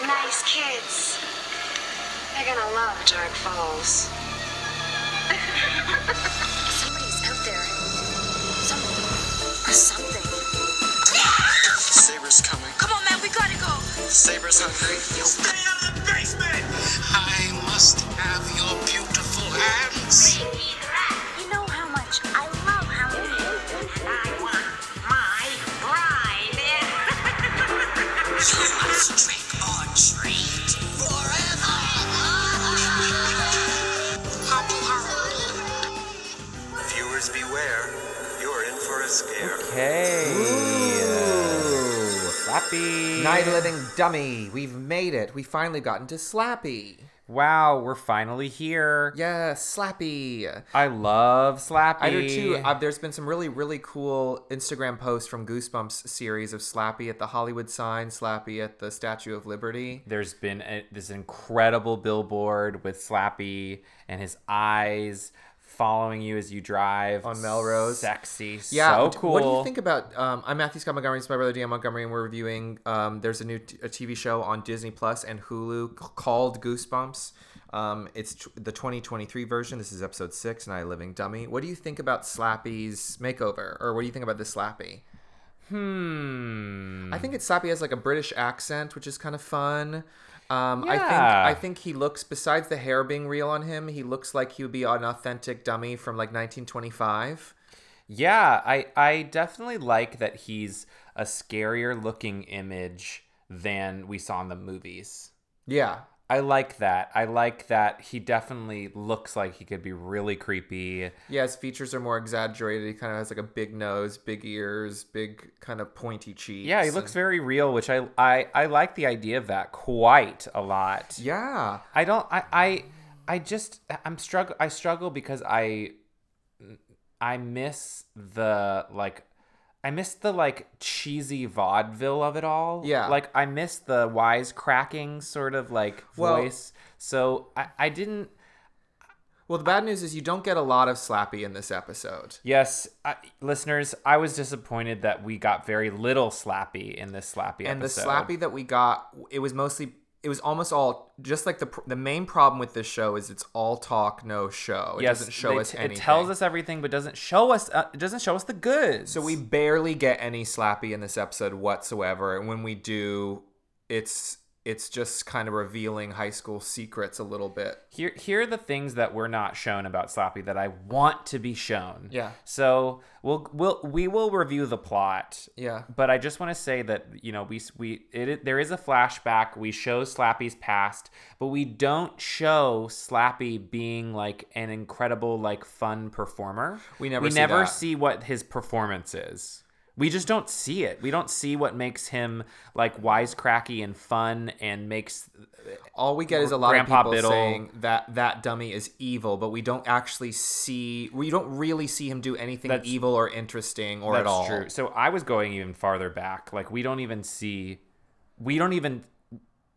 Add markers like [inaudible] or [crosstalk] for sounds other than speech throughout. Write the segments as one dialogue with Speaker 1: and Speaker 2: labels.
Speaker 1: nice kids. They're gonna love Dark Falls. Somebody's out there. Someone or something.
Speaker 2: Saber's coming.
Speaker 3: Come on, man, we gotta go.
Speaker 2: Saber's hungry.
Speaker 4: Stay out of the basement!
Speaker 2: I must have your beautiful
Speaker 4: [laughs]
Speaker 2: hands.
Speaker 1: You know how much I love Halloween.
Speaker 3: And I want my bride.
Speaker 4: You must trick or treat forever! Viewers beware, you're in for a scare.
Speaker 5: Okay.
Speaker 6: Ooh.
Speaker 5: Slappy.
Speaker 6: Night Living Dummy. We've made it. We finally gotten to Slappy.
Speaker 5: Wow, we're finally here.
Speaker 6: Yes, Slappy.
Speaker 5: I love Slappy.
Speaker 6: I do too. Uh, there's been some really, really cool Instagram posts from Goosebumps series of Slappy at the Hollywood sign, Slappy at the Statue of Liberty.
Speaker 5: There's been a, this incredible billboard with Slappy and his eyes following you as you drive
Speaker 6: On Melrose.
Speaker 5: Sexy.
Speaker 6: Yeah,
Speaker 5: So
Speaker 6: what-
Speaker 5: cool.
Speaker 6: What do you think about? Um, I'm Matthew Scott Montgomery. It's my brother Dan Montgomery, and we're reviewing. Um, there's a new t- a TV show on Disney Plus and Hulu c- called Goosebumps. Um, it's tw the 2023 version. This is episode six, and I living dummy. What do you think about Slappy's makeover, or what do you think about this Slappy?
Speaker 5: Hmm.
Speaker 6: I think it's Slappy has like a British accent, which is kind of fun. Um, I think
Speaker 5: Yeah.
Speaker 6: I think he looks. Besides the hair being real on him, he looks like he would be an authentic dummy from like 1925.
Speaker 5: Yeah, I I definitely like that he's a scarier looking image than we saw in the movies.
Speaker 6: Yeah,
Speaker 5: I like that. I like that he definitely looks like he could be really creepy.
Speaker 6: Yeah, his features are more exaggerated. He kind of has like a big nose, big ears, big kind of pointy cheeks.
Speaker 5: Yeah, he
Speaker 6: and-
Speaker 5: looks very real, which I I I like the idea of that quite a lot.
Speaker 6: Yeah,
Speaker 5: I don't I I I just I'm struggle I struggle because I I miss the like I miss the like cheesy vaudeville of it all.
Speaker 6: Yeah.
Speaker 5: Like I miss the wisecracking sort of like
Speaker 6: Well-
Speaker 5: voice. so I, I didn't
Speaker 6: Well, the bad news is you don't get a lot of Slappy in this episode.
Speaker 5: Yes, I, listeners, I was disappointed that we got very little Slappy in this Slappy
Speaker 6: And the
Speaker 5: episode.
Speaker 6: Slappy that we got, it was mostly, it was almost all just like the pr- the main problem with this show is it's all talk, no show. It
Speaker 5: yes,
Speaker 6: doesn't show
Speaker 5: they-
Speaker 6: us anything.
Speaker 5: It tells us everything, but doesn't show us. Uh, it doesn't show us the goods.
Speaker 6: So we barely get any Slappy in this episode whatsoever, and when we do, it's it's just kind of revealing high school secrets a little bit.
Speaker 5: here here are the things that were not shown about Slappy that I want to be shown.
Speaker 6: Yeah.
Speaker 5: So we'll we'll we will review the plot.
Speaker 6: Yeah.
Speaker 5: But I just want to say that you know we we it, it there is a flashback. We show Slappy's past, but we don't show Slappy being like an incredible like fun performer.
Speaker 6: We never
Speaker 5: we
Speaker 6: see
Speaker 5: never
Speaker 6: that.
Speaker 5: see what his performance is. We just don't see it. We don't see what makes him like wisecracky and fun and makes
Speaker 6: all we get is a lot of
Speaker 5: Grandpa
Speaker 6: people
Speaker 5: Biddle.
Speaker 6: saying that that dummy is evil, but we don't actually see we don't really see him do anything
Speaker 5: That's-
Speaker 6: evil or interesting or at all.
Speaker 5: true. So I was going even farther back. Like we don't even see, we don't even.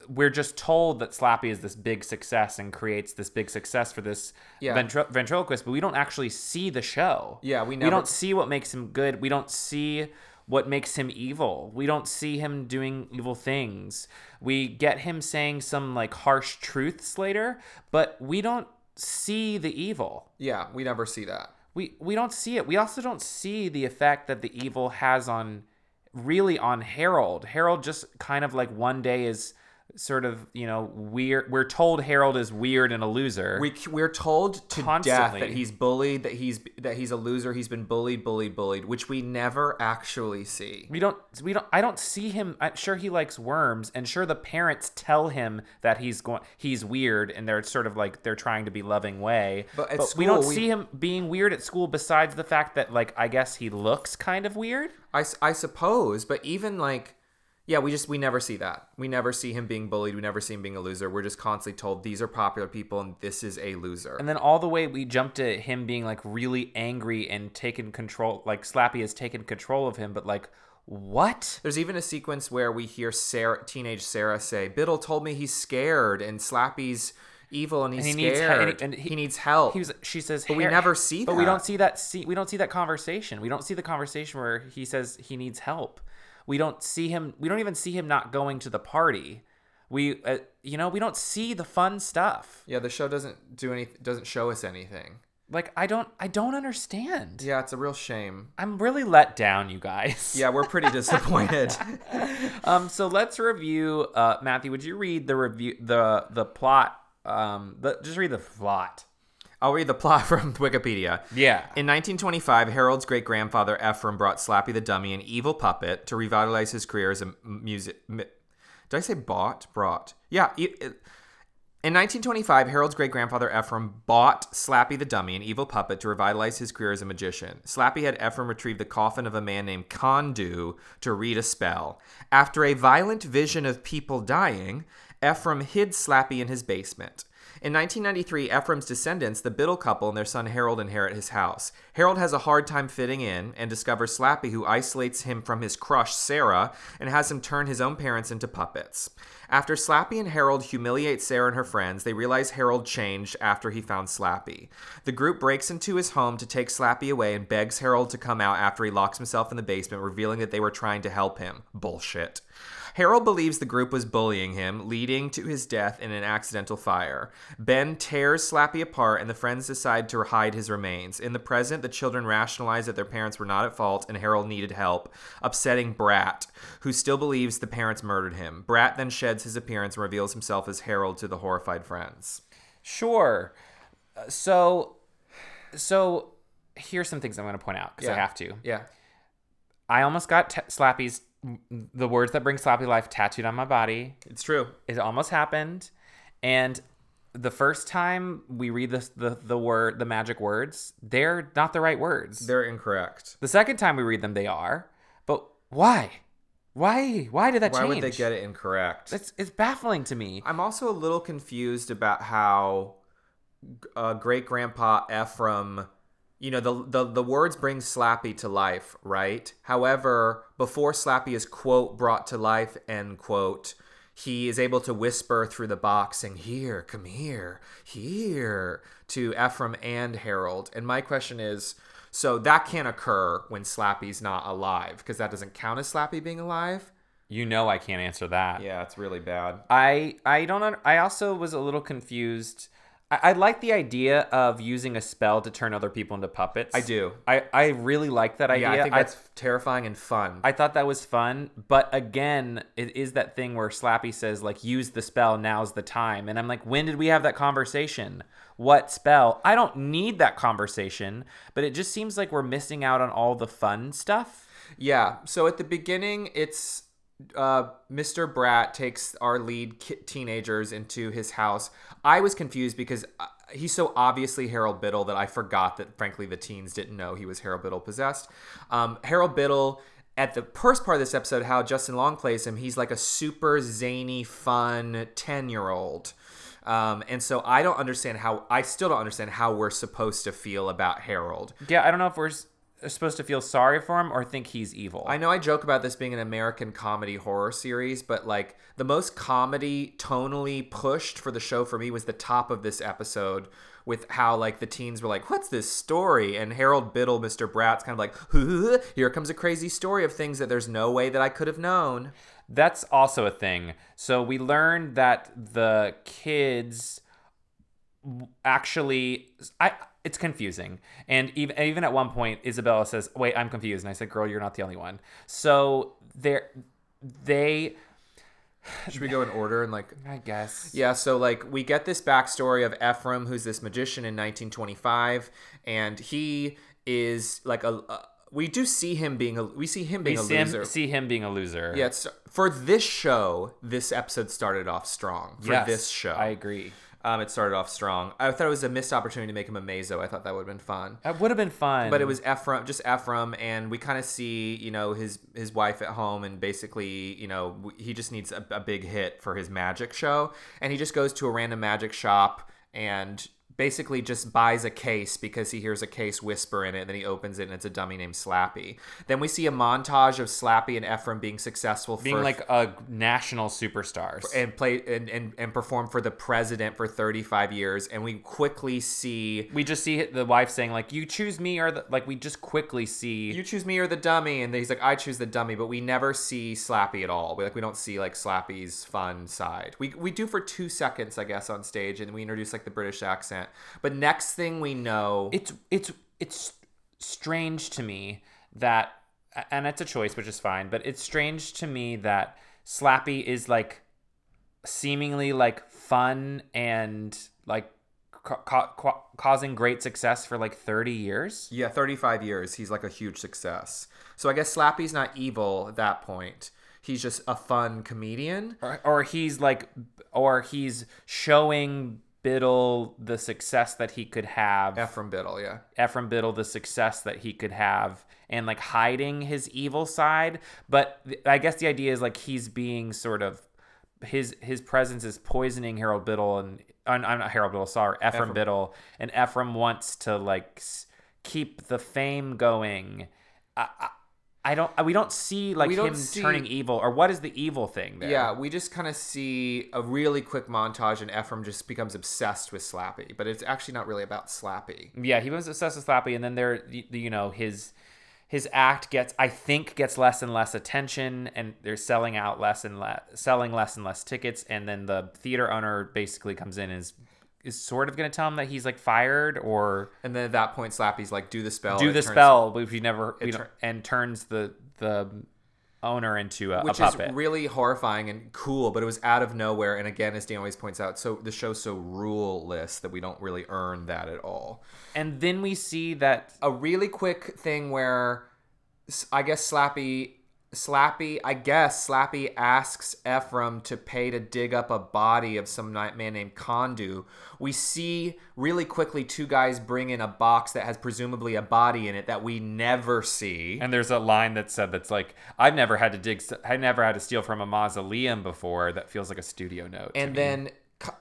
Speaker 5: We're just told that Slappy is this big success and creates this big success for this
Speaker 6: Yeah.
Speaker 5: ventri- ventriloquist, but we don't actually see the show.
Speaker 6: Yeah, we
Speaker 5: we
Speaker 6: never-
Speaker 5: don't see what makes him good. We don't see what makes him evil. We don't see him doing evil things. We get him saying some like harsh truths later, but we don't see the evil
Speaker 6: Yeah, we never see that.
Speaker 5: we we don't see it. We also don't see the effect that the evil has on really on Harold. Harold just kind of like one day is sort of, you know, weird we're told Harold is weird and a loser.
Speaker 6: We we're told to death
Speaker 5: Constantly.
Speaker 6: that he's bullied, that he's that he's a loser, he's been bullied, bullied, bullied, which we never actually see.
Speaker 5: we don't we don't I don't see him I'm sure he likes worms and sure the parents tell him that he's going he's weird and they're sort of like they're trying to be loving way.
Speaker 6: But at
Speaker 5: we don't
Speaker 6: school, we-
Speaker 5: see him being weird at school besides the fact that like I guess he looks kind of weird.
Speaker 6: I, s- I suppose, but even like, yeah, we just we never see that. We never see him being bullied. We never see him being a loser. We're just constantly told these are popular people and this is a loser.
Speaker 5: And then all the way we jumped to him being like really angry and taken control, like Slappy has taken control of him, but like, what?
Speaker 6: There's even a sequence where we hear Sarah, teenage Sarah say, "Biddle told me he's scared, and Slappy's evil, and he's
Speaker 5: And he needs he-
Speaker 6: scared.
Speaker 5: and he- and
Speaker 6: he,
Speaker 5: he-
Speaker 6: needs help."
Speaker 5: He was, she says,
Speaker 6: But we
Speaker 5: "Har-
Speaker 6: never see
Speaker 5: But we
Speaker 6: that.
Speaker 5: don't see that. See, we don't see that conversation. We don't see the conversation where he says he needs help. We don't see him. We don't even see him not going to the party. We, uh, you know, we don't see the fun stuff.
Speaker 6: Yeah, the show doesn't do any doesn't show us anything.
Speaker 5: Like I don't, I don't understand.
Speaker 6: Yeah, it's a real shame.
Speaker 5: I'm really let down, you guys.
Speaker 6: [laughs] Yeah, we're pretty disappointed.
Speaker 5: Um. So let's review. Uh, Matthew, would you read the review the the plot? Um. The, just read the plot.
Speaker 6: I'll read the plot from Wikipedia.
Speaker 5: Yeah.
Speaker 6: In 1925, Harold's great grandfather Ephraim brought Slappy the Dummy, an evil puppet, to revitalize his career as a m- music. M- Did I say bought? Brought. Yeah. e- it- in 1925, Harold's great grandfather Ephraim bought Slappy the Dummy, an evil puppet, to revitalize his career as a magician. Slappy had Ephraim retrieve the coffin of a man named Kondu to read a spell. After a violent vision of people dying, Ephraim hid Slappy in his basement. In 1993, Ephraim's descendants, the Biddle couple, and their son Harold inherit his house. Harold has a hard time fitting in and discovers Slappy, who isolates him from his crush, Sarah, and has him turn his own parents into puppets. After Slappy and Harold humiliate Sarah and her friends, they realize Harold changed after he found Slappy. The group breaks into his home to take Slappy away and begs Harold to come out after he locks himself in the basement, revealing that they were trying to help him. Bullshit. Harold believes the group was bullying him, leading to his death in an accidental fire. Ben tears Slappy apart, and the friends decide to hide his remains. In the present, the children rationalize that their parents were not at fault and Harold needed help, upsetting Brat, who still believes the parents murdered him. Brat then sheds his appearance and reveals himself as Harold to the horrified friends.
Speaker 5: Sure. Uh, So, so here's some things I'm going to point out because I
Speaker 6: Yeah.
Speaker 5: have to.
Speaker 6: Yeah.
Speaker 5: I almost got t- Slappy's the words that bring Slappy life tattooed on my body.
Speaker 6: It's true.
Speaker 5: It almost happened, and the first time we read this, the the word the magic words, they're not the right words.
Speaker 6: They're incorrect.
Speaker 5: the second time we read them, they are. But why? Why? Why did that
Speaker 6: Why
Speaker 5: change?
Speaker 6: would they get it incorrect?
Speaker 5: It's it's baffling to me.
Speaker 6: I'm also a little confused about how uh, great grandpa Ephraim, you know, the, the the words bring Slappy to life, right? However, before Slappy is quote brought to life end quote, he is able to whisper through the box saying, "Here, come here, here" to Ephraim and Harold. And my question is. So that can't occur when Slappy's not alive because that doesn't count as Slappy being alive.
Speaker 5: You know I can't answer that.
Speaker 6: Yeah, it's really bad.
Speaker 5: I I don't un- I also was a little confused. I, I like the idea of using a spell to turn other people into puppets.
Speaker 6: I do.
Speaker 5: I I really like that
Speaker 6: Yeah,
Speaker 5: idea.
Speaker 6: I think
Speaker 5: I,
Speaker 6: that's terrifying and fun.
Speaker 5: I thought that was fun, but again, it is that thing where Slappy says like use the spell, now's the time. And I'm like, when did we have that conversation? What spell? I don't need that conversation, but it just seems like we're missing out on all the fun stuff.
Speaker 6: Yeah. So at the beginning, it's uh, Mr. Brat takes our lead ki- teenagers into his house. I was confused because uh, he's so obviously Harold Biddle that I forgot that, frankly, the teens didn't know he was Harold Biddle possessed. Um, Harold Biddle. At the first part of this episode, how Justin Long plays him, he's like a super zany, fun 10 year old. Um, and so I don't understand how, I still don't understand how we're supposed to feel about Harold.
Speaker 5: Yeah, I don't know if we're s- supposed to feel sorry for him or think he's evil.
Speaker 6: I know I joke about this being an American comedy horror series, but like the most comedy tonally pushed for the show for me was the top of this episode with how like the teens were like, "What's this story?" and Harold Biddle, Mr. Brat's kind of like, [laughs] "Huh, "Here comes a crazy story of things that there's no way that I could have known."
Speaker 5: That's also a thing. So we learned that the kids w- actually I it's confusing. And even even at one point Isabella says, "Wait, I'm confused." And I said, "Girl, you're not the only one." So they they
Speaker 6: Should we go in order and like
Speaker 5: I guess
Speaker 6: Yeah, so like we get this backstory of Ephraim, who's this magician in 1925, and he is like a. Uh, we do see him being a. We see him
Speaker 5: we
Speaker 6: being a
Speaker 5: see him,
Speaker 6: loser.
Speaker 5: see him being a loser.
Speaker 6: Yeah, it's, for this show, this episode started off strong. For
Speaker 5: Yes,
Speaker 6: this show,
Speaker 5: I agree.
Speaker 6: um, it started off strong. I thought it was a missed opportunity to make him a Mazo. I thought that would have been fun.
Speaker 5: That would have been fun.
Speaker 6: But it was Ephraim, just Ephraim, and we kind of see, you know, his his wife at home, and basically, you know, w- he just needs a, a big hit for his magic show, and he just goes to a random magic shop and basically just buys a case because he hears a case whisper in it and then he opens it and it's a dummy named slappy then we see a montage of slappy and ephraim being successful
Speaker 5: being
Speaker 6: for,
Speaker 5: like a national superstar.
Speaker 6: and play and, and and perform for the president for 35 years and we quickly see
Speaker 5: we just see the wife saying like, "You choose me," or the, like we just quickly see.
Speaker 6: you choose me or the dummy and he's like i choose the dummy but we never see slappy at all we like we don't see like slappy's fun side we, we do for two seconds i guess on stage and we introduce like the british accent but next thing we know
Speaker 5: it's it's it's strange to me that and it's a choice which is fine but it's strange to me that slappy is like seemingly like fun and like ca- ca- ca- causing great success for like 30 years
Speaker 6: yeah 35 years he's like a huge success so i guess slappy's not evil at that point he's just a fun comedian
Speaker 5: or, or he's like or he's showing biddle the success that he could have
Speaker 6: ephraim biddle yeah
Speaker 5: Ephraim Biddle the success that he could have and like hiding his evil side. But th- I guess the idea is like he's being sort of his his presence is poisoning Harold Biddle and uh, I'm not Harold Biddle, sorry, Ephraim, Biddle, and Ephraim wants to like s- keep the fame going. I, I, I don't. We don't see like
Speaker 6: We don't
Speaker 5: him
Speaker 6: see-
Speaker 5: turning evil, or what is the evil thing there?
Speaker 6: Yeah, we just kind of see a really quick montage, and Ephraim just becomes obsessed with Slappy, but it's actually not really about Slappy.
Speaker 5: yeah, he was obsessed with Slappy, and then there, you, you know, his his act gets, I think, gets less and less attention, and they're selling out less and less, selling less and less tickets, and then the theater owner basically comes in and is is sort of going to tell him that he's like fired or
Speaker 6: And then at that point, Slappy's like, "Do the spell."
Speaker 5: do
Speaker 6: Oh, It
Speaker 5: the
Speaker 6: turns-
Speaker 5: spell, but we never, we
Speaker 6: tur-
Speaker 5: don't- and turns the the owner into a, a
Speaker 6: which is
Speaker 5: puppet.
Speaker 6: really horrifying and cool, but it was out of nowhere. And again, as Dan always points out, so the show's so ruleless that we don't really earn that at all.
Speaker 5: and then we see that
Speaker 6: a really quick thing where s- I guess Slappy Slappy I guess Slappy asks Ephraim to pay to dig up a body of some ni- man named Kondu. We see really quickly two guys bring in a box that has presumably a body in it that we never see.
Speaker 5: And there's a line that said that's like I've never had to dig, I never had to steal from a mausoleum before. That feels like a studio note. to
Speaker 6: And
Speaker 5: me.
Speaker 6: then co-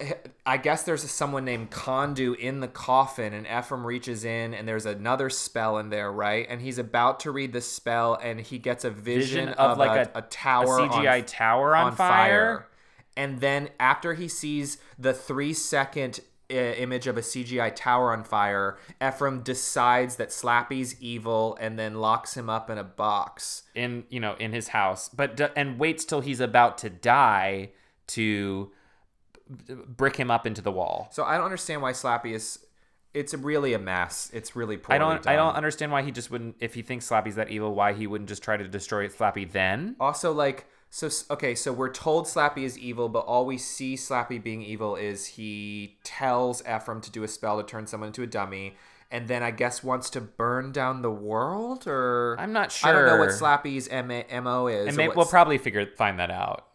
Speaker 6: I guess there's someone named Kondu in the coffin, and Ephraim reaches in, and there's another spell in there, right? And he's about to read the spell, and he gets a vision, uh,
Speaker 5: vision of, like
Speaker 6: a, tower,
Speaker 5: a CGI
Speaker 6: on,
Speaker 5: tower on, fire.
Speaker 6: And then after he sees the three second uh, image of a CGI tower on fire, Ephraim decides that Slappy's evil, and then locks him up in a box.
Speaker 5: in you know in his house, but d- and waits till he's about to die to b- brick him up into the wall.
Speaker 6: So I don't understand why Slappy is. It's really a mess. It's really poorly
Speaker 5: I don't I
Speaker 6: done.
Speaker 5: don't understand why he just wouldn't if he thinks Slappy's that evil. Why he wouldn't just try to destroy Slappy then?
Speaker 6: Also, like, so s- okay, so we're told Slappy is evil, but all we see Slappy being evil is he tells Ephraim to do a spell to turn someone into a dummy, and then I guess wants to burn down the world, or
Speaker 5: I'm not
Speaker 6: I don't know what
Speaker 5: sure.
Speaker 6: Slappy's M- mo is.
Speaker 5: And
Speaker 6: or
Speaker 5: may,
Speaker 6: what
Speaker 5: we'll probably figure find that out.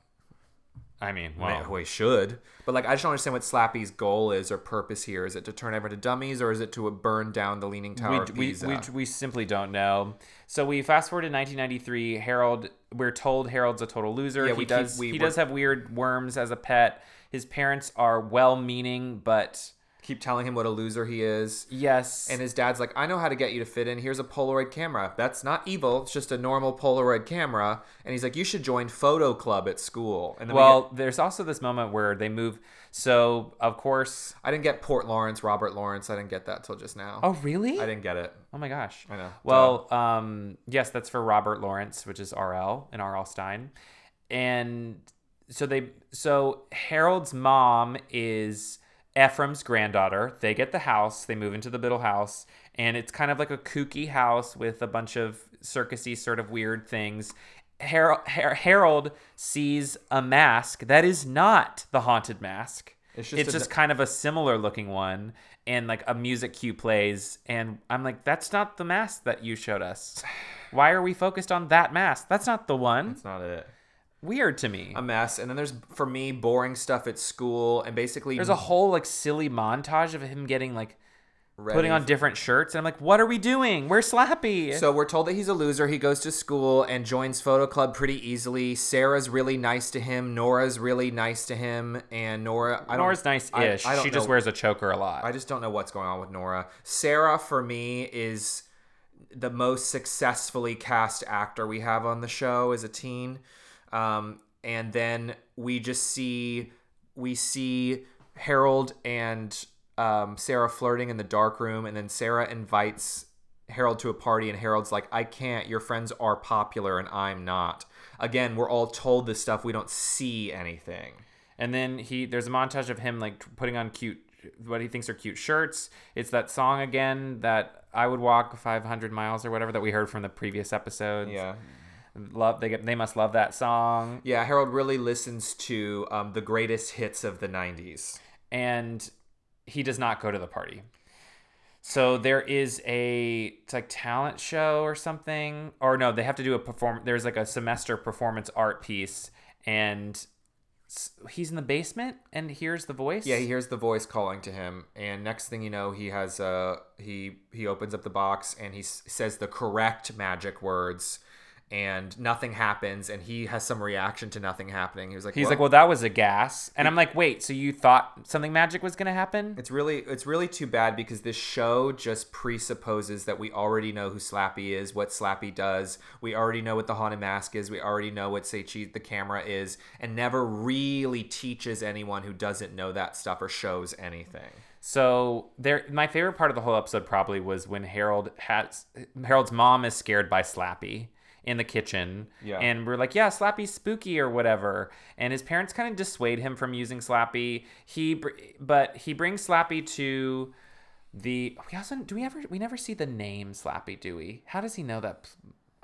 Speaker 5: I mean, well,
Speaker 6: Man, we should. But like, I just don't understand what Slappy's goal is or purpose here. Is it to turn everyone to dummies, or is it to uh, burn down the Leaning Tower
Speaker 5: we,
Speaker 6: of
Speaker 5: we,
Speaker 6: Pisa?
Speaker 5: we, we simply don't know. So we fast forward to 1993. Harold, we're told Harold's a total loser.
Speaker 6: Yeah,
Speaker 5: he
Speaker 6: we keep-
Speaker 5: does.
Speaker 6: we
Speaker 5: he
Speaker 6: were-
Speaker 5: does have weird worms as a pet. His parents are well-meaning, but
Speaker 6: Keep telling him what a loser he is.
Speaker 5: yes,
Speaker 6: And his dad's like, I know how to get you to fit in. Here's a Polaroid camera. That's not evil. It's just a normal Polaroid camera. And he's like, you should join photo club at school. And then we
Speaker 5: well,
Speaker 6: get-
Speaker 5: there's also this moment where they move. So of course.
Speaker 6: I didn't get Port Lawrence, Robert Lawrence. I didn't get that till just now.
Speaker 5: really?
Speaker 6: I didn't get it.
Speaker 5: Oh my gosh. I
Speaker 6: know.
Speaker 5: Well, um, yes, that's for Robert Lawrence, which is RL and RL Stein. And so they so Harold's mom is Ephraim's granddaughter. They get the house, they move into the Biddle house, and it's kind of like a kooky house with a bunch of circusy sort of weird things. Harold, Har- Harold sees a mask that is not the haunted mask.
Speaker 6: It's just
Speaker 5: it's
Speaker 6: a-
Speaker 5: just kind of a similar looking one and like a music cue plays and i'm like that's not the mask that you showed us why are we focused on that mask that's not the one
Speaker 6: It's not it.
Speaker 5: weird to me
Speaker 6: A mess. And then there's, for me, boring stuff at school. And basically,
Speaker 5: there's a whole like silly montage of him getting like
Speaker 6: ready
Speaker 5: putting on different shirts, and I'm like, what are we doing? We're slappy.
Speaker 6: So we're told that he's a loser. He goes to school and joins photo club pretty easily. Sarah's really nice to him. Nora's really nice to him. And Nora, I don't,
Speaker 5: Nora's nice-ish.
Speaker 6: I- I don't
Speaker 5: she just
Speaker 6: know.
Speaker 5: wears a choker a lot.
Speaker 6: I just don't know what's going on with Nora. Sarah for me is the most successfully cast actor we have on the show as a teen. Um, and then we just see we see Harold and um, Sarah flirting in the dark room, and then Sarah invites Harold to a party, and Harold's like, "I can't. Your friends are popular, and I'm not." Again, we're all told this stuff. We don't see anything.
Speaker 5: And then he there's a montage of him like putting on cute what he thinks are cute shirts. It's that song again that I would walk 500 miles or whatever that we heard from the previous episodes. Love they get they must love that song.
Speaker 6: Yeah, Harold really listens to um, the greatest hits of the 90s.
Speaker 5: And he does not go to the party. So there is a it's like talent show or something or no, they have to do a perform there's like a semester performance art piece and s- he's in the basement and hears the voice.
Speaker 6: Yeah, he hears the voice calling to him, and next thing you know, he has uh he he opens up the box and he s- says the correct magic words, and nothing happens, and he has some reaction to nothing happening. He was like,
Speaker 5: He's
Speaker 6: "Well,
Speaker 5: like, well, that was a gas, and I'm like, wait, so you thought something magic was gonna happen?
Speaker 6: It's really it's really too bad because this show just presupposes that we already know who Slappy is, what Slappy does. We already know what the haunted mask is. We already know what Seichi the camera is, and never really teaches anyone who doesn't know that stuff or shows anything.
Speaker 5: So there, my favorite part of the whole episode probably was when Harold has Harold's mom is scared by Slappy in the kitchen,
Speaker 6: Yeah.
Speaker 5: and we're like, yeah, Slappy's spooky or whatever, and his parents kind of dissuade him from using Slappy. He, br- but he brings Slappy to the. We also do we ever we never see the name Slappy, do we? How does he know that?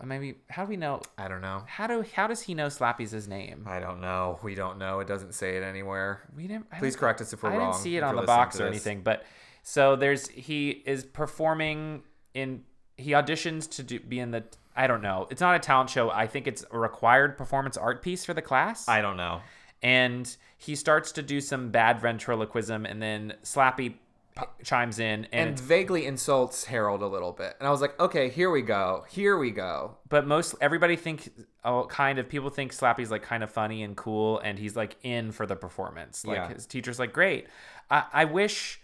Speaker 5: Maybe how do we know?
Speaker 6: I don't know.
Speaker 5: How do how does he know Slappy's his name?
Speaker 6: I don't know. We don't know. It doesn't say it anywhere.
Speaker 5: We didn't. I
Speaker 6: Please
Speaker 5: don't-
Speaker 6: correct us if we're
Speaker 5: I
Speaker 6: wrong.
Speaker 5: didn't see it
Speaker 6: if
Speaker 5: on
Speaker 6: you're
Speaker 5: the box or
Speaker 6: listening to this.
Speaker 5: anything, but so there's he is performing in he auditions to do, be in the I don't know. It's not a talent show. I think it's a required performance art piece for the class.
Speaker 6: I don't know.
Speaker 5: and he starts to do some bad ventriloquism, and then Slappy p- chimes in, and,
Speaker 6: And
Speaker 5: it's-
Speaker 6: vaguely insults Harold a little bit. And I was like, okay, here we go. Here we go.
Speaker 5: but most everybody think oh, kind of people think Slappy's like kind of funny and cool, and he's like in for the performance. Like
Speaker 6: Yeah.
Speaker 5: his teacher's like, great. I, I wish,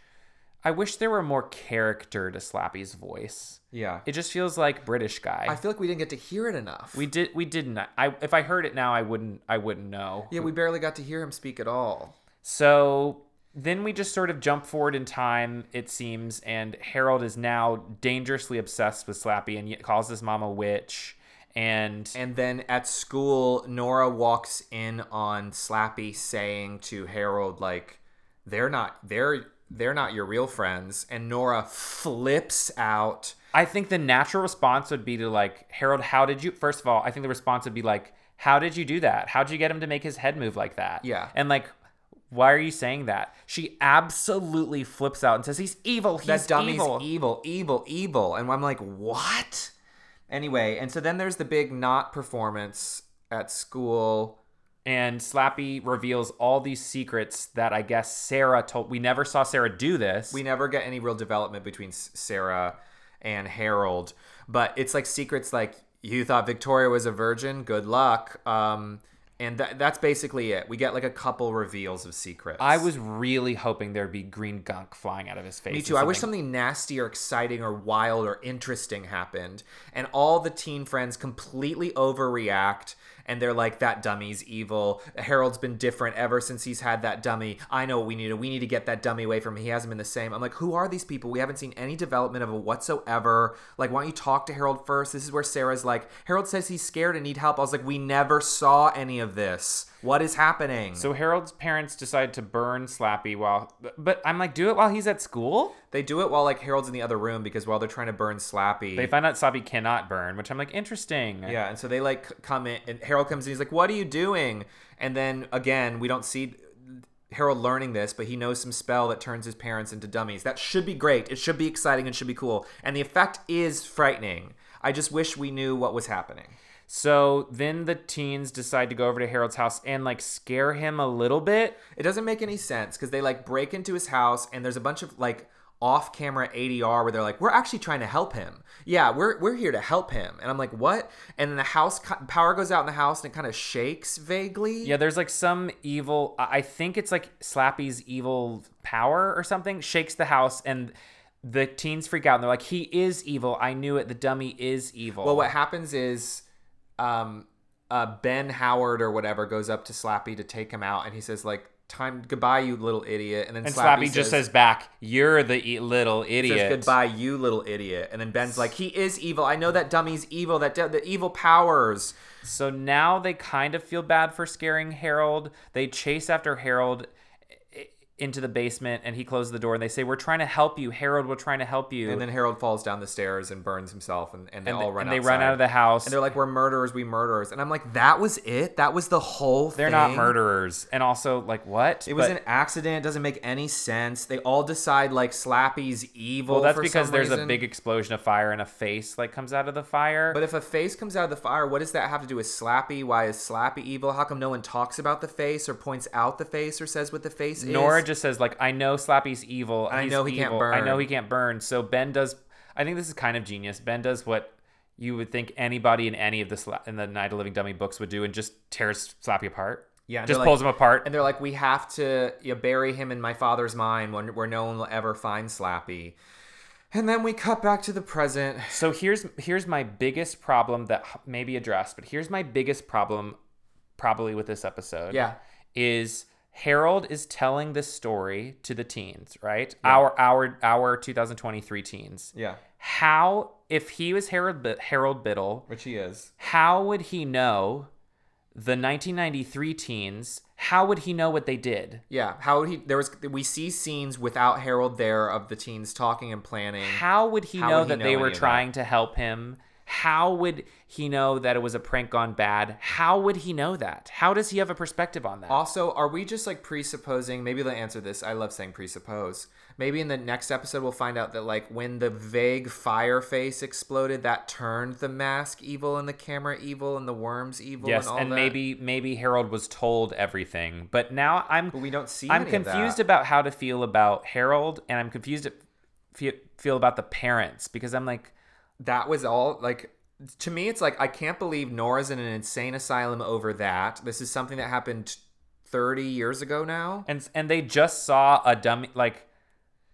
Speaker 5: I wish there were more character to Slappy's voice.
Speaker 6: Yeah.
Speaker 5: It just feels like British guy.
Speaker 6: I feel like we didn't get to hear it enough.
Speaker 5: we did we didn't. I if I heard it now, I wouldn't I wouldn't know.
Speaker 6: Yeah, we barely got to hear him speak at all.
Speaker 5: So then we just sort of jump forward in time, it seems, and Harold is now dangerously obsessed with Slappy and yet calls his mom a witch. And
Speaker 6: And then at school, Nora walks in on Slappy saying to Harold, like, they're not they're they're not your real friends. And Nora flips out.
Speaker 5: I think the natural response would be to like, Harold, how did you? First of all, I think the response would be like, how did you do that? How did you get him to make his head move like that?
Speaker 6: Yeah.
Speaker 5: And like, why are you saying that? She absolutely flips out and says, he's evil. He's
Speaker 6: that dummy's e-,
Speaker 5: evil.
Speaker 6: evil. evil, evil, And I'm like, what? Anyway, and so then there's the big not performance at school.
Speaker 5: and Slappy reveals all these secrets that I guess Sarah told. We never saw Sarah do this.
Speaker 6: We never get any real development between S- Sarah and Harold, but it's like secrets like you thought Victoria was a virgin. Good luck. Um, and tha- that's basically it. We get like a couple reveals of secrets.
Speaker 5: I was really hoping there'd be green gunk flying out of his face.
Speaker 6: Me
Speaker 5: or
Speaker 6: too. I wish something nasty or exciting or wild or interesting happened. And all the teen friends completely overreact and they're like, that dummy's evil. Harold's been different ever since he's had that dummy. I know what we need to we need to get that dummy away from him. He hasn't been the same. I'm like, who are these people? We haven't seen any development of it whatsoever. Like, why don't you talk to Harold first? This is where Sarah's like, Harold says he's scared and need help. I was like, we never saw any of this. What is happening?
Speaker 5: So Harold's parents decide to burn Slappy while, but I'm like, do it while he's at school.
Speaker 6: they do it while like Harold's in the other room because while they're trying to burn Slappy.
Speaker 5: They find out Slappy cannot burn, which I'm like, interesting.
Speaker 6: Yeah, and so they like c- come in, and Harold comes in. He's like, "What are you doing?" And then again, we don't see Harold learning this, but he knows some spell that turns his parents into dummies. That should be great. It should be exciting. It should be cool. And the effect is frightening. I just wish we knew what was happening.
Speaker 5: So then the teens decide to go over to Harold's house and like scare him a little bit.
Speaker 6: It doesn't make any sense because they like break into his house, and there's a bunch of like off camera ADR where they're like, we're actually trying to help him. Yeah, we're, we're here to help him. And I'm like, what? And then the house, co- power goes out in the house and it kind of shakes vaguely.
Speaker 5: Yeah, there's like some evil. I I think it's like Slappy's evil power or something shakes the house, and the teens freak out, and they're like, "He is evil. I knew it. The dummy is evil."
Speaker 6: Well, what happens is um, uh, Ben Howard or whatever goes up to Slappy to take him out and he says, like, time goodbye, you little idiot. And then
Speaker 5: And
Speaker 6: Slappy,
Speaker 5: Slappy, just says back, "You're the e- little idiot."
Speaker 6: says goodbye, you little idiot. And then Ben's like, he is evil. I know that dummy's evil. That de- the evil powers.
Speaker 5: So now they kind of feel bad for scaring Harold. They chase after Harold i- into the basement, and he closes the door. And they say, "We're trying to help you, Harold. We're trying to help you."
Speaker 6: And then Harold falls down the stairs and burns himself. And, and they
Speaker 5: And
Speaker 6: all
Speaker 5: th-
Speaker 6: run.
Speaker 5: and they run
Speaker 6: outside.
Speaker 5: out of the house.
Speaker 6: And they're like, we're murderers. We murderers. And I'm like, that was it. That was the whole.
Speaker 5: they're not murderers, and also like what?
Speaker 6: It was
Speaker 5: But-
Speaker 6: an accident. It doesn't make any sense. They all decide like Slappy's evil.
Speaker 5: Well, that's
Speaker 6: for
Speaker 5: because
Speaker 6: some
Speaker 5: there's a
Speaker 6: reason.
Speaker 5: big explosion of fire and a face like comes out of the fire.
Speaker 6: But if a face comes out of the fire, what does that have to do with Slappy? Why is Slappy evil? How come no one talks about the face or points out the face or says what the face
Speaker 5: Nora
Speaker 6: is?
Speaker 5: just says like, "I know Slappy's evil.
Speaker 6: I
Speaker 5: He's
Speaker 6: know he can't
Speaker 5: evil. I know
Speaker 6: burn."
Speaker 5: he can't burn." So Ben does. I think this is kind of genius. Ben does what you would think anybody in any of the Sla- in the Night of the Living Dummy books would do, and just tears Slappy apart.
Speaker 6: Yeah, and
Speaker 5: just
Speaker 6: they're
Speaker 5: pulls him
Speaker 6: like-
Speaker 5: apart.
Speaker 6: and they're like, we have to you know, bury him in my father's mind when, where no one will ever find Slappy. And then we cut back to the present.
Speaker 5: so here's here's my biggest problem that h- may be addressed, but here's my biggest problem probably with this episode.
Speaker 6: Yeah.
Speaker 5: Is Harold is telling this story to the teens, right? Our our our 2023 teens.
Speaker 6: Yeah,
Speaker 5: How if he was Harold Bi- Harold Biddle,
Speaker 6: which he is.
Speaker 5: how would he know the 1993 teens? How would he know what they did?
Speaker 6: Yeah, how would he? There was we see scenes without Harold there of the teens talking and planning.
Speaker 5: How would he
Speaker 6: How
Speaker 5: know
Speaker 6: would he
Speaker 5: that
Speaker 6: know
Speaker 5: they
Speaker 6: any
Speaker 5: were
Speaker 6: of that?
Speaker 5: trying to help him? How would he know that it was a prank gone bad? How would he know that? How does he have a perspective on that?
Speaker 6: Also, are we just like presupposing? Maybe they'll answer this. I love saying presuppose. Maybe in the next episode, we'll find out that like when the vague fire face exploded, that turned the mask evil and the camera evil and the worms evil.
Speaker 5: yes,
Speaker 6: and, all
Speaker 5: and
Speaker 6: that.
Speaker 5: maybe maybe Harold was told everything, but now I'm
Speaker 6: But we don't see
Speaker 5: I'm
Speaker 6: any of that.
Speaker 5: confused about how to feel about Harold, and I'm confused at fe- feel about the parents because I'm like,
Speaker 6: that was all like to me it's like i can't believe nora's in an insane asylum over that this is something that happened 30 years ago now
Speaker 5: and and they just saw a dummy. Like,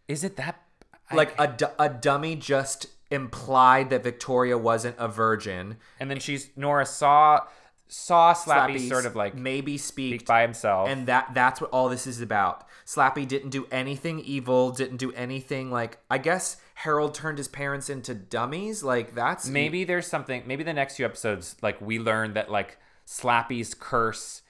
Speaker 5: is it that? I-
Speaker 6: like a, du- a dummy just implied that victoria wasn't a virgin
Speaker 5: and then she's Nora saw saw Slappy,
Speaker 6: Slappy
Speaker 5: sort of like
Speaker 6: maybe
Speaker 5: speak
Speaker 6: speak
Speaker 5: by himself.
Speaker 6: and that that's what all this is about slappy didn't do anything evil didn't do anything like i guess harold turned his parents into dummies like that's
Speaker 5: maybe there's something. Maybe the next few episodes, like we learn that like Slappy's curse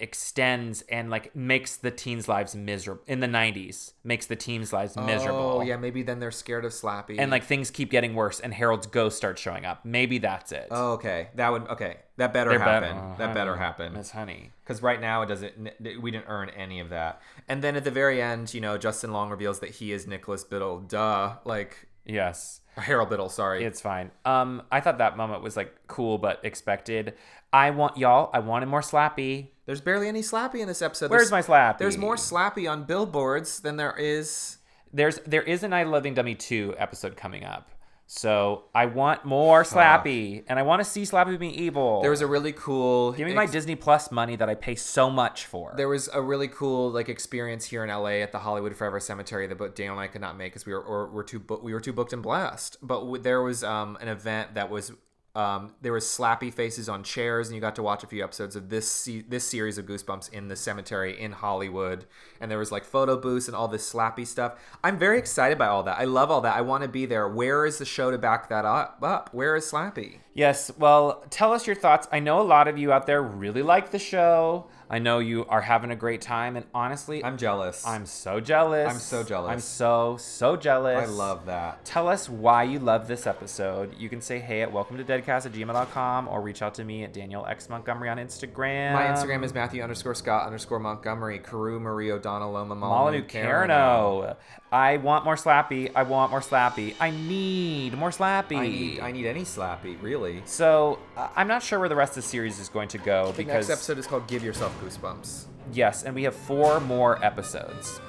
Speaker 5: extends and like makes the teens' lives miserable. In the '90s, makes the teens' lives miserable.
Speaker 6: oh yeah maybe then they're scared of slappy
Speaker 5: and like things keep getting worse and harold's ghost starts showing up maybe that's it
Speaker 6: Oh, okay. That would okay. That better
Speaker 5: They're better.
Speaker 6: happen.
Speaker 5: Oh,
Speaker 6: that
Speaker 5: honey.
Speaker 6: better happen.
Speaker 5: miss honey
Speaker 6: Because right now it doesn't. n- We didn't earn any of that. And then at the very end, you know, Justin Long reveals that he is Nicholas Biddle. Duh. Like [laughs]
Speaker 5: yes
Speaker 6: Harold Biddle. Sorry.
Speaker 5: it's fine um i thought that moment was like cool but expected i want y'all i wanted more slappy
Speaker 6: there's barely any Slappy in this episode.
Speaker 5: Where's
Speaker 6: There's-
Speaker 5: my Slappy?
Speaker 6: There's more Slappy on billboards than there is.
Speaker 5: there's there is an i loving dummy 2 episode coming up so i want more slappy and i want to see slappy be evil
Speaker 6: There was a really cool.
Speaker 5: give me my disney plus money that i pay so much for
Speaker 6: there was a really cool like experience here in LA at the Hollywood Forever Cemetery that but Daniel and I could not make because we were or were too bu- we were too booked and blessed. But w- there was um, an event that was um, there was slappy faces on chairs, and you got to watch a few episodes of this se- this series of Goosebumps in the cemetery in Hollywood. And there was like photo booths and all this slappy stuff. I'm very excited by all that. I love all that. I want to be there. Where is the show to back that up? Up? Where is Slappy?
Speaker 5: Yes, well, tell us your thoughts. I know a lot of you out there really like the show. I know you are having a great time, and honestly,
Speaker 6: I'm jealous.
Speaker 5: I'm so jealous.
Speaker 6: I'm so jealous.
Speaker 5: I'm so so jealous.
Speaker 6: I love that.
Speaker 5: Tell us why you love this episode. You can say hey at welcome to deadcast at gmail.com or reach out to me at Daniel X Montgomery on Instagram.
Speaker 6: My Instagram is Matthew underscore Scott underscore Montgomery, Carew Marie O'Donnell Loma Molyneux
Speaker 5: Molyneux Carano. I want more slappy. I want more slappy. I need more slappy.
Speaker 6: I need, I need any slappy, really.
Speaker 5: so uh, I'm not sure where the rest of the series is going to go
Speaker 6: The
Speaker 5: because
Speaker 6: next episode is called Give Yourself Goosebumps.
Speaker 5: Yes, and we have four more episodes.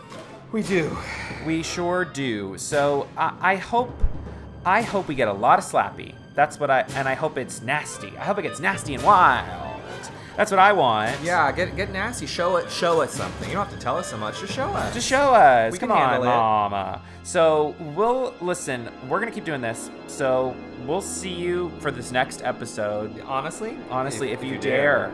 Speaker 6: We do.
Speaker 5: We sure do. So I, I hope, I hope we get a lot of slappy. That's what I, and I hope it's nasty. I hope it gets nasty and wild. That's what I want.
Speaker 6: Yeah, get get nasty. Show it. Show us something. You don't have to tell us so much. Just show us.
Speaker 5: Just show us.
Speaker 6: We
Speaker 5: Come
Speaker 6: can
Speaker 5: on,
Speaker 6: handle it.
Speaker 5: mama. So we'll listen. We're gonna keep doing this. So we'll see you for this next episode.
Speaker 6: honestly.
Speaker 5: Honestly, if, you, dare.